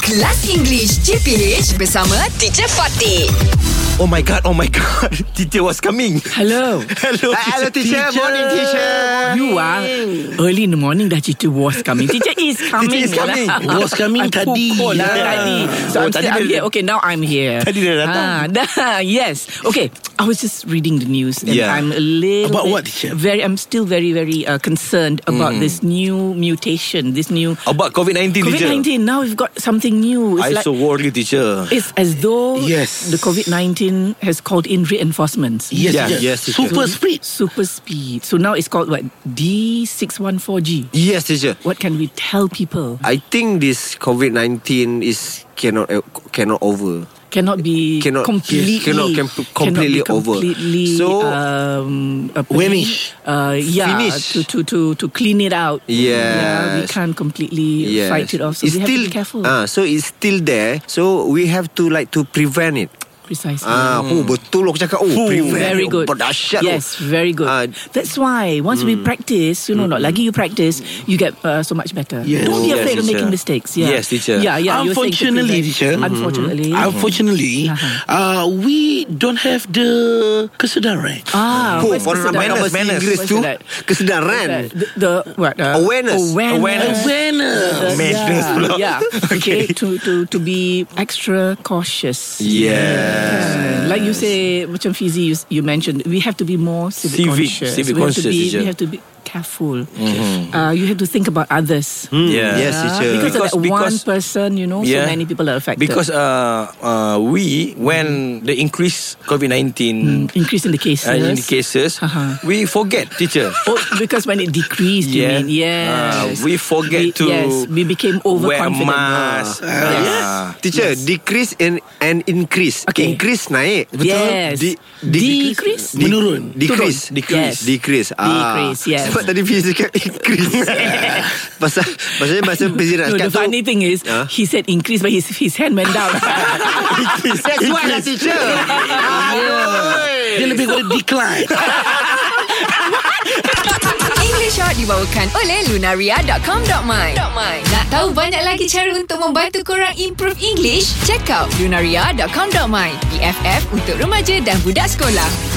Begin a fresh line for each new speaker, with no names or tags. Kelas English CPH bersama Teacher Fatih.
Oh my god, oh my god. Teacher was coming.
Hello.
Hello.
Hello teacher. Morning teacher.
You are early in the morning dah teacher was coming. Teacher is coming.
Teacher is coming.
Lah.
Was coming
Aku
tadi.
Call, lah,
Ya.
tadi. So
Oh,
I'm, still,
tadi
I'm
dia-
here. Okay, now I'm here.
Tadi dia datang.
Ah, dah, yes. Okay, I was just reading the news and
Yeah.
I'm a little
About
bit
what, teacher?
Very, I'm still very, very uh, concerned about this new mutation, this new
About COVID-19, teacher.
COVID-19. Now we've got something new. It's
I
like
so worry, teacher.
it's as though
Yes.
the COVID-19 has called in reinforcements.
Yes,
Yeah,
teacher.
yes, teacher.
Super speed.
Super speed. So now it's called what? D614G.
Yes, teacher.
What can we tell people?
I think this COVID nineteen is cannot uh, cannot over.
Cannot be
Cannot-
completely
yes, cannot com- completely
cannot be
over.
completely,
So,
um, apa ni?
vanish.
Uh, yeah,
Finish.
to to to to clean it out. yeah,
Yes.
we can't completely
Yes.
fight it off. So
it's
we have
still,
to be careful.
Ah, so it's still there. So we have to like to prevent it.
Precisely.
Ah, oh betul aku cakap. Oh, prevent.
Hmm. Very
Oh,
good.
Berdahsyat. tu.
Yes, very good.
Ah,
That's why once we practice, you know, not lagi you practice, you get uh, so much better.
Yes.
Don't be
Yes,
afraid of
teacher.
making mistakes. Yeah.
Yes, teacher.
Yeah, yeah. you were saying to Mm-hmm,
Unfortunately,
prevent-
teacher.
Unfortunately.
Unfortunately,
Uh-huh.
uh, we don't have the kesedaran.
Ah,
Oh,
where's
for
kesedaran?
manners,
Where's
manners.
kesedaran?
English tu
Where's
kesedaran.
kesedaran? The, the what? Uh,
Awareness.
Awareness.
Awareness.
Awareness.
The-
Madness
yeah,
pula.
Yeah. Okay. to to to be extra cautious.
Yes.
Uh, like you say, macam Fizi, you, you mentioned, we have to be more civic,
Civic,
conscious.
civic
we
conscious,
have to
Mm-hmm.
be,
teacher.
we have to be careful. Uh, you have to think about others. Ah,
Yeah.
Yes, teacher.
Because,
Hmm. Because-
of that one
because-
person, you know,
Yeah.
so many people are affected.
Because uh, uh, we, when the increase COVID-19
Mm, increase in the cases.
uh, in cases,
Uh-huh.
we forget, teacher.
Oh, because when it decreased,
Yeah.
you mean? Yes.
Ah, we forget
We-
to
Yes, we became
Wear
overconfident.
mask.
Ah.
Ah.
Yes.
Teacher, decrease and and increase.
Okay.
Increase naik.
Yes.
Di-
Decrease?
Di-
Menurun.
Decrease.
Turun.
Decrease.
Yes.
Decrease. Ah.
Decrease, yes.
Sebab tadi Fizi cakap increase. pasal pasal bahasa Fizi nak
No,
cakap
the
tu.
funny thing is,
Huh?
Ah.
he said increase, but his, his hand went down.
That's why lah teacher.
Dia lebih kepada decline.
English Hot dibawakan oleh Lunaria.com.my Nak tahu banyak lagi cara untuk membantu korang improve English? Check out Lunaria.com.my BFF untuk remaja dan budak sekolah.